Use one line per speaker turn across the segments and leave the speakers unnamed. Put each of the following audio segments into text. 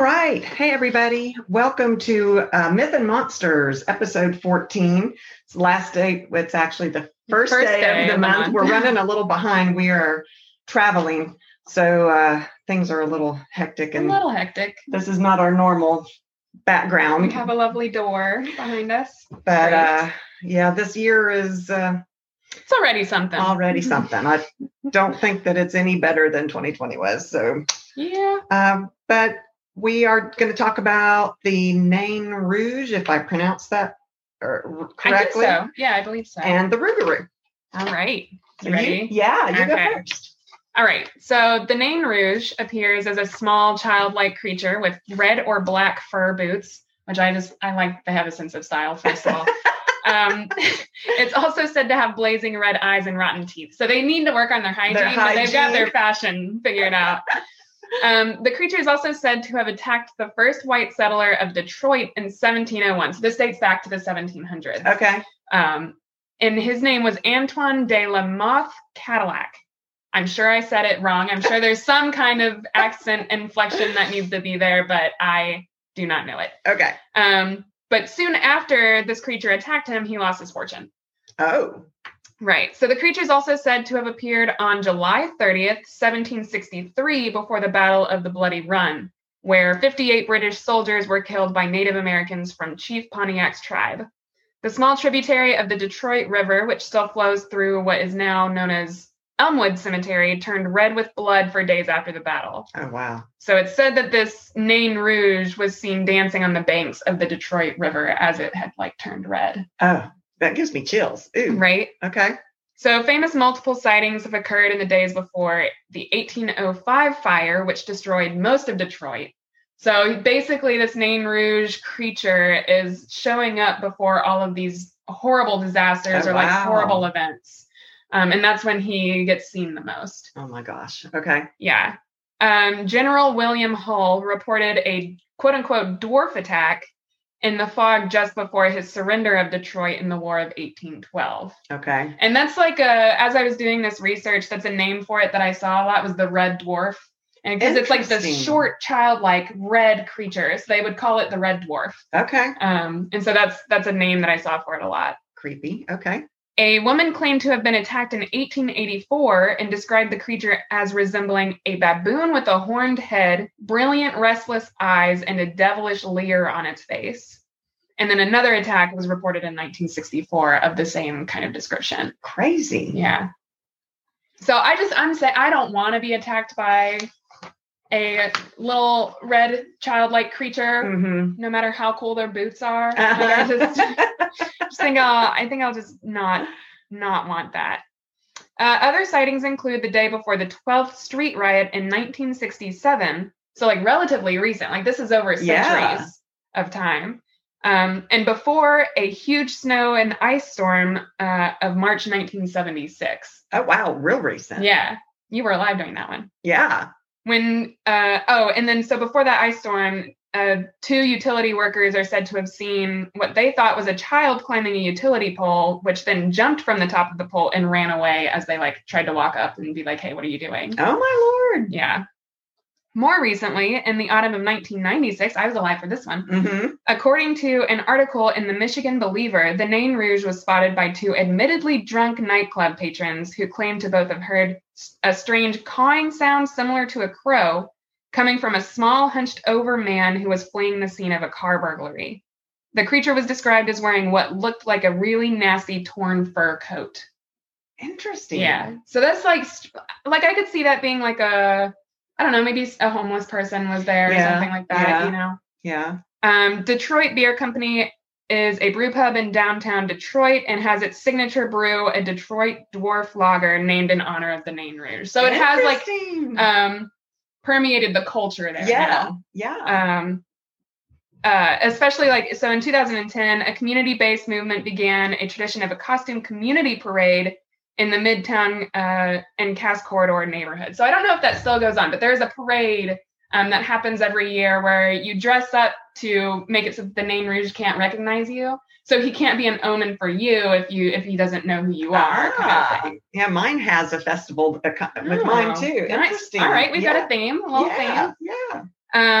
Hey, everybody. Welcome to uh, Myth and Monsters, episode 14. It's the last day. It's actually the first,
First
day,
day
of the month. We're running a little behind. We are traveling. So uh, things are a little hectic.
A
And
little hectic.
this is not our normal
We
background.
have a lovely door behind us.
But
Right.
uh, yeah, this year is uh,
It's already something.
already something. I don't think that it's any better than 2020 was. So,
Yeah.
um, but we are going to talk about the Nain Rouge, if I pronounce that er, correctly.
I think so. Yeah, I believe so.
and the Rougarou.
All right. You
You-
ready?
yeah, you go
Okay.
first.
All right. So the Nain Rouge appears as a small childlike creature with red or black fur boots, which I just I like they have a sense of style, first of all. um, it's also said to have blazing red eyes and rotten teeth. So they need to work on their hygiene,
Their
but they've got
hygiene.
their fashion figured out. Um, the creature is also said to have attacked the first white settler of Detroit in 1701. So this dates back to the 1700s.
Okay.
Um, and his name was Antoine de la Mothe Cadillac. I'm sure I said it wrong. I'm sure there's some kind of accent inflection that needs to be there, but I do not know it.
Okay.
Um, but soon after this creature attacked him, he lost his fortune.
Oh.
Right. So the creature is also said to have appeared on July 30th, 1763, before the Battle of the Bloody Run, where 58 British soldiers were killed by Native Americans from Chief Pontiac's tribe. The small tributary of the Detroit River, which still flows through what is now known as Elmwood Cemetery, turned red with blood for days after the battle.
Oh wow.
So it's said that this Nain Rouge was seen dancing on the banks of the Detroit River as it had like turned red,
Oh, that gives me chills. Ooh.
right?
Okay.
So, famous multiple sightings have occurred in the days before the 1805 fire, which destroyed most of Detroit. So, basically, this Nain Rouge creature is showing up before all of these horrible disasters
Oh,
or like
wow.
horrible events. Um, and that's when he gets seen the most.
Oh my gosh. Okay.
Yeah. Um, General William Hull reported a quote unquote dwarf attack in the fog just before his surrender of Detroit in the War of 1812.
Okay.
And that's like a, as I was doing this research, that's a name for it that I saw a lot was the red dwarf. And because it's like this
Interesting.
short, childlike red creature. So they would call it the red dwarf.
Okay.
Um, and so that's that's a name that I saw for it a lot.
Creepy. Okay.
A woman claimed to have been attacked in 1884 and described the creature as resembling a baboon with a horned head, brilliant, restless eyes, and a devilish leer on its face. And then another attack was reported in 1964 of the same kind of description.
Crazy.
Yeah. So I just, I'm saying, I don't want to be attacked by a little red childlike creature,
Mm-hmm.
no matter how cool their boots are. Like, I just,
Uh-huh.
just think I'll, I think I'll just not not want that. Uh, other sightings include the day before the 12th Street riot in 1967. So like relatively recent, like this is over centuries
Yeah.
of time. Um, and before a huge snow and ice storm uh, of March 1976.
oh wow. Real recent.
Yeah, you were alive during that one
Yeah.
when uh oh and then so before that ice storm uh two utility workers are said to have seen what they thought was a child climbing a utility pole which then jumped from the top of the pole and ran away as they like tried to walk up and be like hey what are you doing
Oh my lord.
yeah more recently in the autumn of 1996 i was alive for this one
Mm-hmm.
According to an article in the Michigan Believer, the Nain Rouge was spotted by two admittedly drunk nightclub patrons who claimed to both have heard s- a strange cawing sound similar to a crow coming from a small, hunched over man who was fleeing the scene of a car burglary. The creature was described as wearing what looked like a really nasty torn fur coat.
Interesting.
Yeah. So that's like, st- like I could see that being like a, I don't know, maybe a homeless person was there
Yeah,
or something like that,
yeah.
you know?
Yeah.
Um, Detroit Beer Company is a brew pub in downtown Detroit and has its signature brew, a Detroit dwarf lager named in honor of the Nain Rouge. So it has like
Interesting.
um, permeated the culture there.
yeah.
now.
Yeah.
Um, uh, especially like so in 2010, a community based movement began a tradition of a costume community parade in the Midtown uh, and Cass Corridor neighborhood. So I don't know if that still goes on, but there is a parade um, that happens every year where you dress up to make it so that the Nain Rouge can't recognize you. So he can't be an omen for you if you if he doesn't know who you are. kind of
Ah.
thing.
Yeah, mine has a festival that co- with
Oh,
mine too.
nice.
Interesting.
All right, we've
yeah.
got a theme, a little
yeah,
theme.
yeah.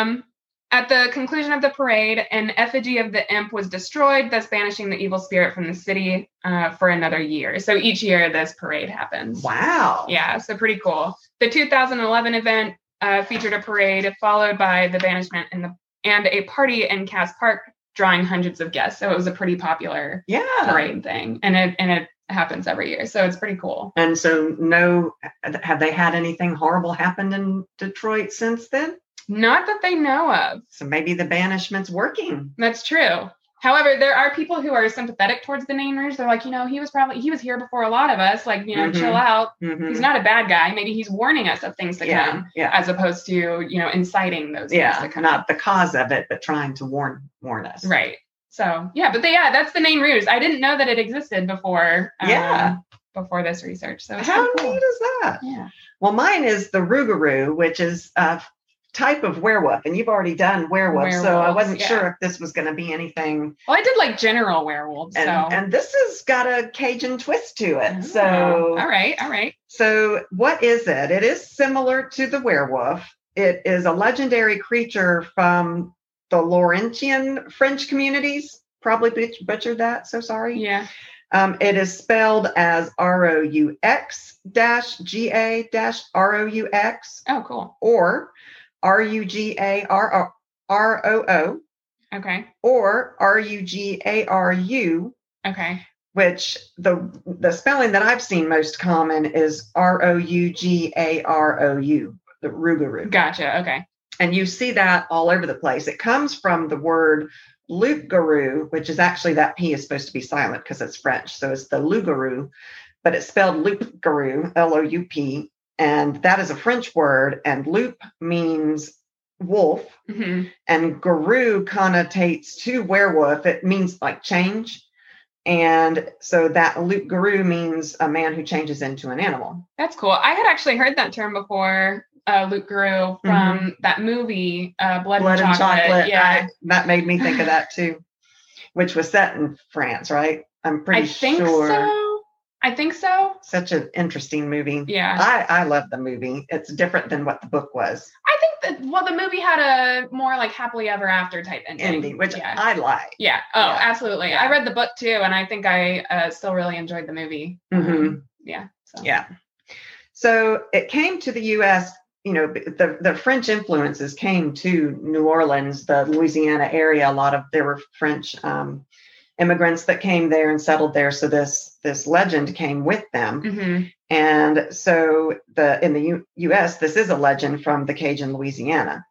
Um, At the conclusion of the parade, an effigy of the imp was destroyed, thus banishing the evil spirit from the city uh, for another year. So each year this parade happens.
Wow.
Yeah, so pretty cool. The 2011 event uh, featured a parade followed by the banishment and, the, and a party in Cass Park drawing hundreds of guests. So it was a pretty popular
Yeah.
parade thing, and it and it happens every year. So it's pretty cool.
And so, no, have they had anything horrible happened in Detroit since then?
Not that they know of.
So maybe the banishment's working.
That's true. However, there are people who are sympathetic towards the Nain Rouge. They're like, you know, he was probably he was here before a lot of us. Like, you know,
Mhm.
chill out.
Mhm.
He's not a bad guy. Maybe he's warning us of things to
yeah,
come,
yeah,
as opposed to you know inciting those
yeah.
things to come.
Not the cause of it, but trying to warn warn us.
Right. So yeah, but they, yeah, that's the Nain Rouge. I didn't know that it existed before. um,
Yeah.
Before this research, so it's
How
pretty cool.
neat is that?
Yeah.
Well, mine is the Rougarou, which is a type of werewolf, and you've already done werewolf, so I
Werewolves,
wasn't
yeah.
sure if this was going to be anything.
Well, I did like general werewolves.
And,
so.
and this has got a Cajun twist to it.
Oh,
So,
all right, all right.
so what is it? It is similar to the werewolf. It is a legendary creature from the Laurentian French communities. Probably butch- butchered that. So sorry.
Yeah.
Um, it is spelled as R O U X dash G A dash R O U X.
Oh, cool.
or R U G A R R O O
Okay.
or R U G A R U,
Okay.
which the the spelling that I've seen most common is R O U G A R O U, the Rougarou.
Gotcha. Okay.
And you see that all over the place. It comes from the word Loup-garou, which is actually that P is supposed to be silent because it's French. So it's the Loup-garou, but it's spelled Loup-garou, L-O-U-P. And that is a French word. And loup means wolf
hmm
and guru connotates to werewolf. It means like change. And so that loop guru means a man who changes into an animal.
That's cool. I had actually heard that term before. Uh, Luke Grew from that movie, uh,
Mm-hmm.
Blood,
Blood
and Chocolate. Yeah.
I- that made me think of that too, which was set in France, right? I'm
I,
pretty
think
sure.
so. I think so.
Such an interesting movie.
Yeah.
I, I love the movie. It's different than what the book was,
I think that, well, the movie had a more like happily ever after type ending.
Indy, which
yeah.
I like.
yeah. Oh,
Yeah.
absolutely. I read the book too, and I think I uh, still really enjoyed the movie.
Mhm.
Um, yeah. So.
Yeah. So it came to the U.S. You know, b- the the French influences came to New Orleans, the Louisiana area. A lot of there were French um, immigrants that came there and settled there. So this this legend came with them.
hmm
And so the in the U- US this is a legend from the Cajun Louisiana.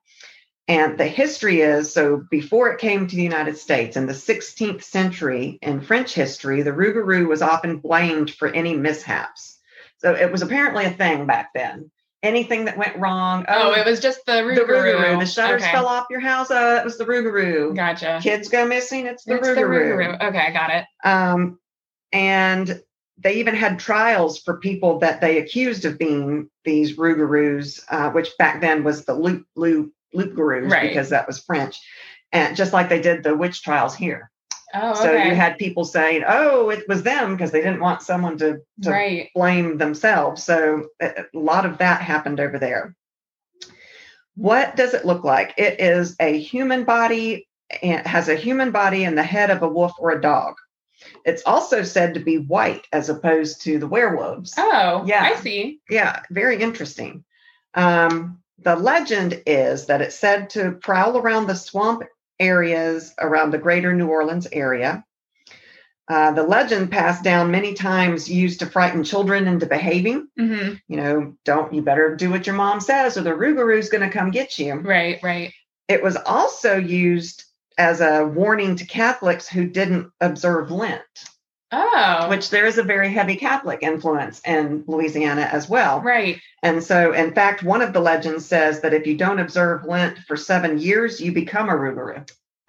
And the history is so before it came to the United States in the 16th century in French history the rougarou was often blamed for any mishaps. So it was apparently a thing back then. Anything that went wrong,
Oh, it was just the
the
Rougarou.
rougarou, the shutters
Okay.
fell off your house, uh, it was the rougarou.
Gotcha.
Kids go missing, it's the
It's
rougarou.
Okay, I got it.
Um, and they even had trials for people that they accused of being these rougarous, uh, which back then was the loop loop loop gurus
Right.
because that was French. And just like they did the witch trials here.
Oh,
So
okay.
you had people saying, oh, it was them because they didn't want someone to, to
right.
blame themselves. So a a lot of that happened over there. What does it look like? It is a human body and has a human body and the head of a wolf or a dog. It's also said to be white as opposed to the werewolves.
Oh,
Yeah.
yeah. I see.
Yeah, very interesting. Um, the legend is that it's said to prowl around the swamp areas around the greater New Orleans area. Uh, the legend passed down many times used to frighten children into behaving.
hmm
You know, don't you better do what your mom says, or the rougarou's going to come get you.
Right, right.
It was also used as a warning to Catholics who didn't observe Lent,
Oh,
which there is a very heavy Catholic influence in Louisiana as well.
Oh, right.
And so, in fact, one of the legends says that if you don't observe Lent for seven years, you become a rougarou.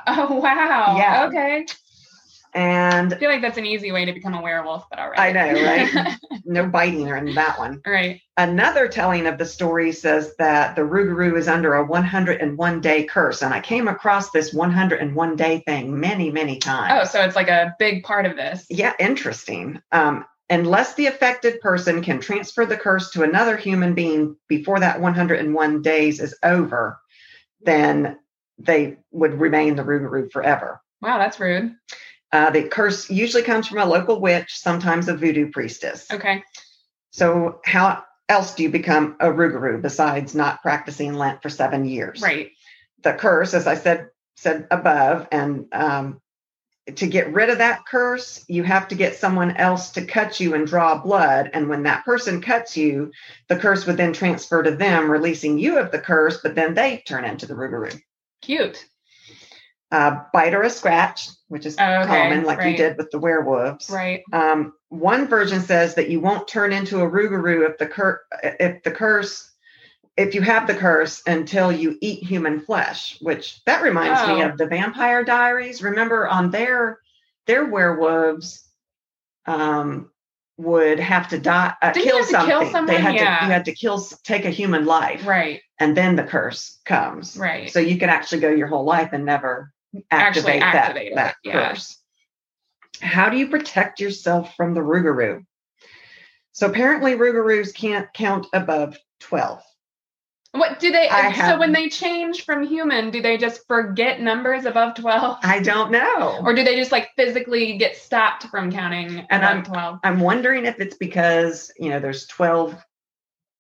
Oh, wow.
Yeah.
Okay. I
And
feel like that's an easy way to become a werewolf, but all right.
I know, right? no biting her in that one.
right.
Another telling of the story says that the rougarou is under a 101 day curse. And I came across this 101 day thing many, many
Oh,
times.
so it's like a big part of this.
Yeah, interesting. Um, unless the affected person can transfer the curse to another human being before that 101 days is over, then they would remain the Rougarou forever.
Wow, that's rude.
Uh, the curse usually comes from a local witch, sometimes a voodoo priestess.
Okay.
So, how else do you become a Rougarou besides not practicing Lent for seven years?
Right.
The curse, as I said said above, and um, to get rid of that curse, you have to get someone else to cut you and draw blood. And when that person cuts you, the curse would then transfer to them, releasing you of the curse, but then they turn into the Rougarou.
Cute.
Uh, bite or a scratch, which is
Oh, okay,
common, like you
right.
did with the werewolves.
Right.
Um, one version says that you won't turn into a Rougarou if the cur- if the curse if you have the curse until you eat human flesh, which that reminds me
Oh.
of the Vampire Diaries. Remember on their their werewolves um, would have to die uh,
Didn't you
kill,
have to kill
something. They had
someone? Yeah.
to you had to kill s- take a human life,
Right.
and then the curse comes.
Right.
So you could actually go your whole life and never
Actually
activate,
activate it,
that, that
yeah.
curse. How do you protect yourself from the Rougarou? So apparently Rougarous can't count above 12.
what do they?
I
so
haven't.
when they change from human, do they just forget numbers above twelve,
I don't know.
or do they just like physically get stopped from counting
And
above
I'm-
twelve?
I'm wondering if it's because, you know, there's 12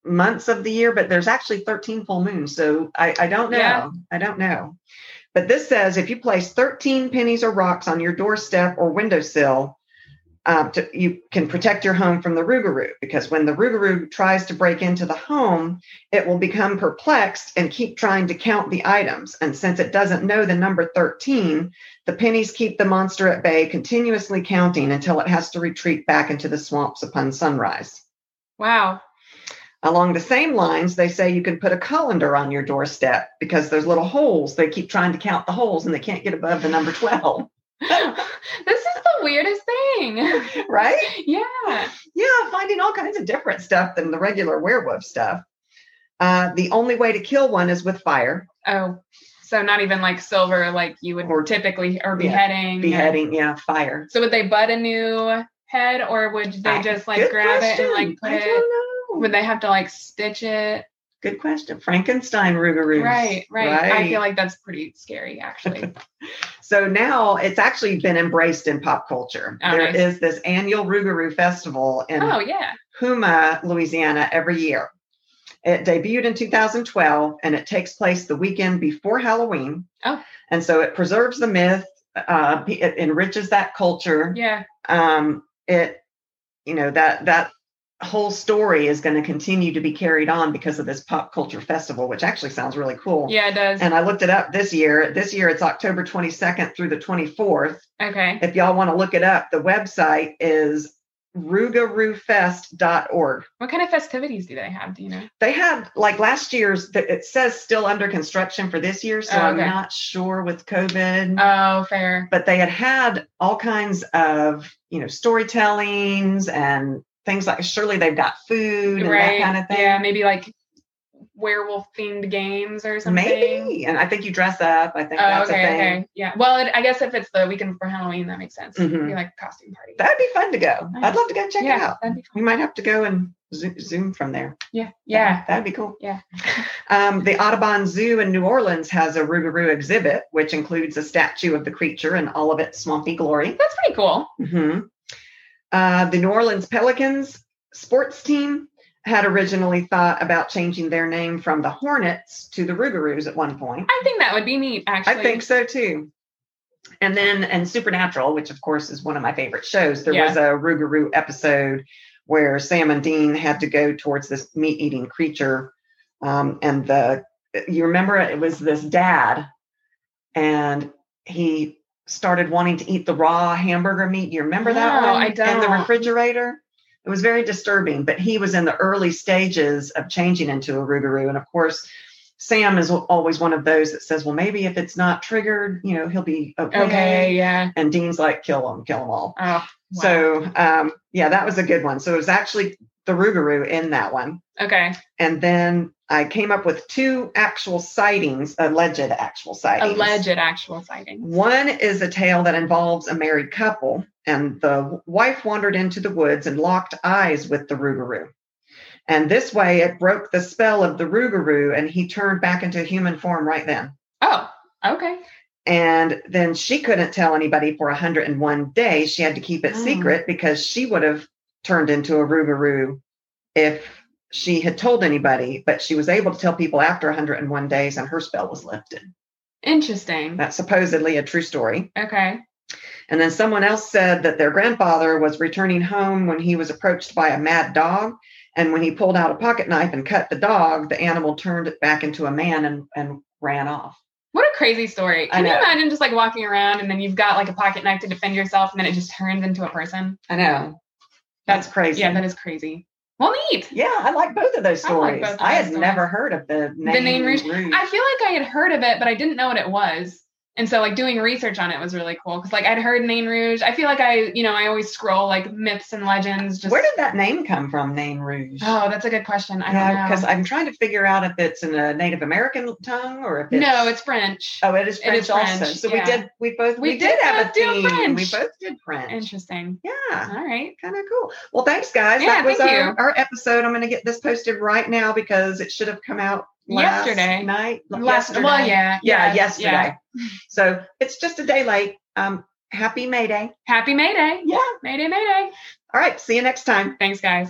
months of the year, but there's actually 13 full moons. So I, I don't know.
Yeah.
I don't know. But this says if you place 13 pennies or rocks on your doorstep or windowsill, uh, to, you can protect your home from the Rougarou because when the Rougarou tries to break into the home, it will become perplexed and keep trying to count the items. And since it doesn't know the number 13, the pennies keep the monster at bay, continuously counting until it has to retreat back into the swamps upon sunrise.
Wow.
Along the same lines, they say you can put a colander on your doorstep because there's little holes. They keep trying to count the holes and they can't get above the number 12,
this is the weirdest thing.
right?
yeah.
Yeah, finding all kinds of different stuff than the regular werewolf stuff. Uh, the only way to kill one is with fire,
Oh, so not even like silver, like you would
Or-
typically, or
yeah,
beheading. or-
beheading. Yeah, fire.
So would they butt a new head, or would they
I-
just like
Good
grab it
question.
and like put
I
it?
don't know.
Would they have to like stitch it?
Good question. Frankenstein Rougarou.
Right, right, I feel like that's pretty scary, actually.
So now it's actually been embraced in pop culture.
Oh,
There is
nice.
this annual Rougarou Festival in
oh yeah.
Huma, Louisiana, every year. It debuted in 2012 and it takes place the weekend before Halloween.
Oh.
And so it preserves the myth, uh, it enriches that culture.
Yeah.
Um, it, you know, that, that whole story is going to continue to be carried on because of this pop culture festival, which actually sounds really cool.
Yeah, it does.
And I looked it up this year. This year it's October 22nd through the 24th.
okay.
If y'all want to look it up, the website is rugaroofest.org.
What kind of festivities do they have? Do you know?
They had like last year's, th- it says still under construction for this year. So
Oh,
I'm
okay.
not sure with COVID.
Oh, fair.
but they had had all kinds of, you know, storytellings and things like surely they've got food and
Right.
that kind of thing.
Yeah, maybe like werewolf themed games or something.
Maybe. And I think you dress up. I think
Oh,
that's
okay,
a thing.
okay. Yeah. Well, it, I guess if it's the weekend before Halloween, that makes sense.
Mhm.
Be like costume party.
That'd be fun to go.
Nice.
I'd love to go check it
yeah,
out.
that'd be fun.
We might have to go and zo- zoom from there.
Yeah. Yeah.
that'd be cool.
Yeah.
Um, the Audubon Zoo in New Orleans has a Rougarou exhibit, which includes a statue of the creature in all of its swampy glory.
That's pretty cool. Mm-hmm.
Mhm. Uh, the New Orleans Pelicans sports team had originally thought about changing their name from the Hornets to the Rougarous at one point.
I think that would be neat, actually.
I think so too. And then, and Supernatural, which of course is one of my favorite shows, there
Yeah.
was a Rougarou episode where Sam and Dean had to go towards this meat eating creature. Um, and the, you remember it was this dad, and he started wanting to eat the raw hamburger meat. You remember that
No,
one?
I
In the
don't.
refrigerator? It was very disturbing, but he was in the early stages of changing into a Rougarou. And of course, Sam is always one of those that says, well, maybe if it's not triggered, you know, he'll be okay.
Okay. Yeah.
And Dean's like, kill him, kill them all.
Oh. wow.
So, um, yeah, that was a good one. So it was actually the Rougarou in that one.
Okay.
And then I came up with two actual sightings, alleged actual sightings.
Alleged actual sighting.
One is a tale that involves a married couple, and the wife wandered into the woods and locked eyes with the Rougarou. And this way, it broke the spell of the Rougarou, and he turned back into human form right then.
Oh. Okay.
And then she couldn't tell anybody for 101 days. She had to keep it
Oh.
secret because she would have turned into a Rougarou if she had told anybody, but she was able to tell people after 101 days and her spell was lifted.
Interesting.
That's supposedly a true story.
Okay.
And then someone else said that their grandfather was returning home when he was approached by a mad dog. And when he pulled out a pocket knife and cut the dog, the animal turned back into a man and, and ran off.
What a crazy story.
I
Can you
know.
imagine just like walking around and then you've got like a pocket knife to defend yourself and then it just turns into a person?
I know. That's crazy.
Yeah, that is crazy. Well, neat.
Yeah, I like both of those
I like
stories. I,
both of
had
those stories.
never heard of the name,
name Rouge-
Rouge.
I feel like I had heard of it, but I didn't know what it was. And so, like, doing research on it was really cool because, like, I'd heard Nain Rouge. I feel like I, you know, I always scroll like myths and legends. Just
Where did that name come from, Name Rouge?
oh, that's a good question. I don't know.
because I'm trying to figure out if it's in a Native American tongue or if it's
no, it's French.
oh, it is
it
French
is
also.
French,
So
yeah.
we did we both
We
we, did
did
have a
both do
theme. We
French.
both did French.
Interesting.
Yeah,
All right.
kind of cool. Well, thanks guys.
Yeah,
that was
thank
our,
you.
our episode. I'm going to get this posted right now because it should have come out last
Yesterday.
night.
Last, well, yeah,
yeah,
yes,
yesterday.
yeah.
So it's just a day late. Um, happy May Day.
Happy May Day.
Yeah.
May Day, May Day.
All right. See you next time.
Thanks, guys.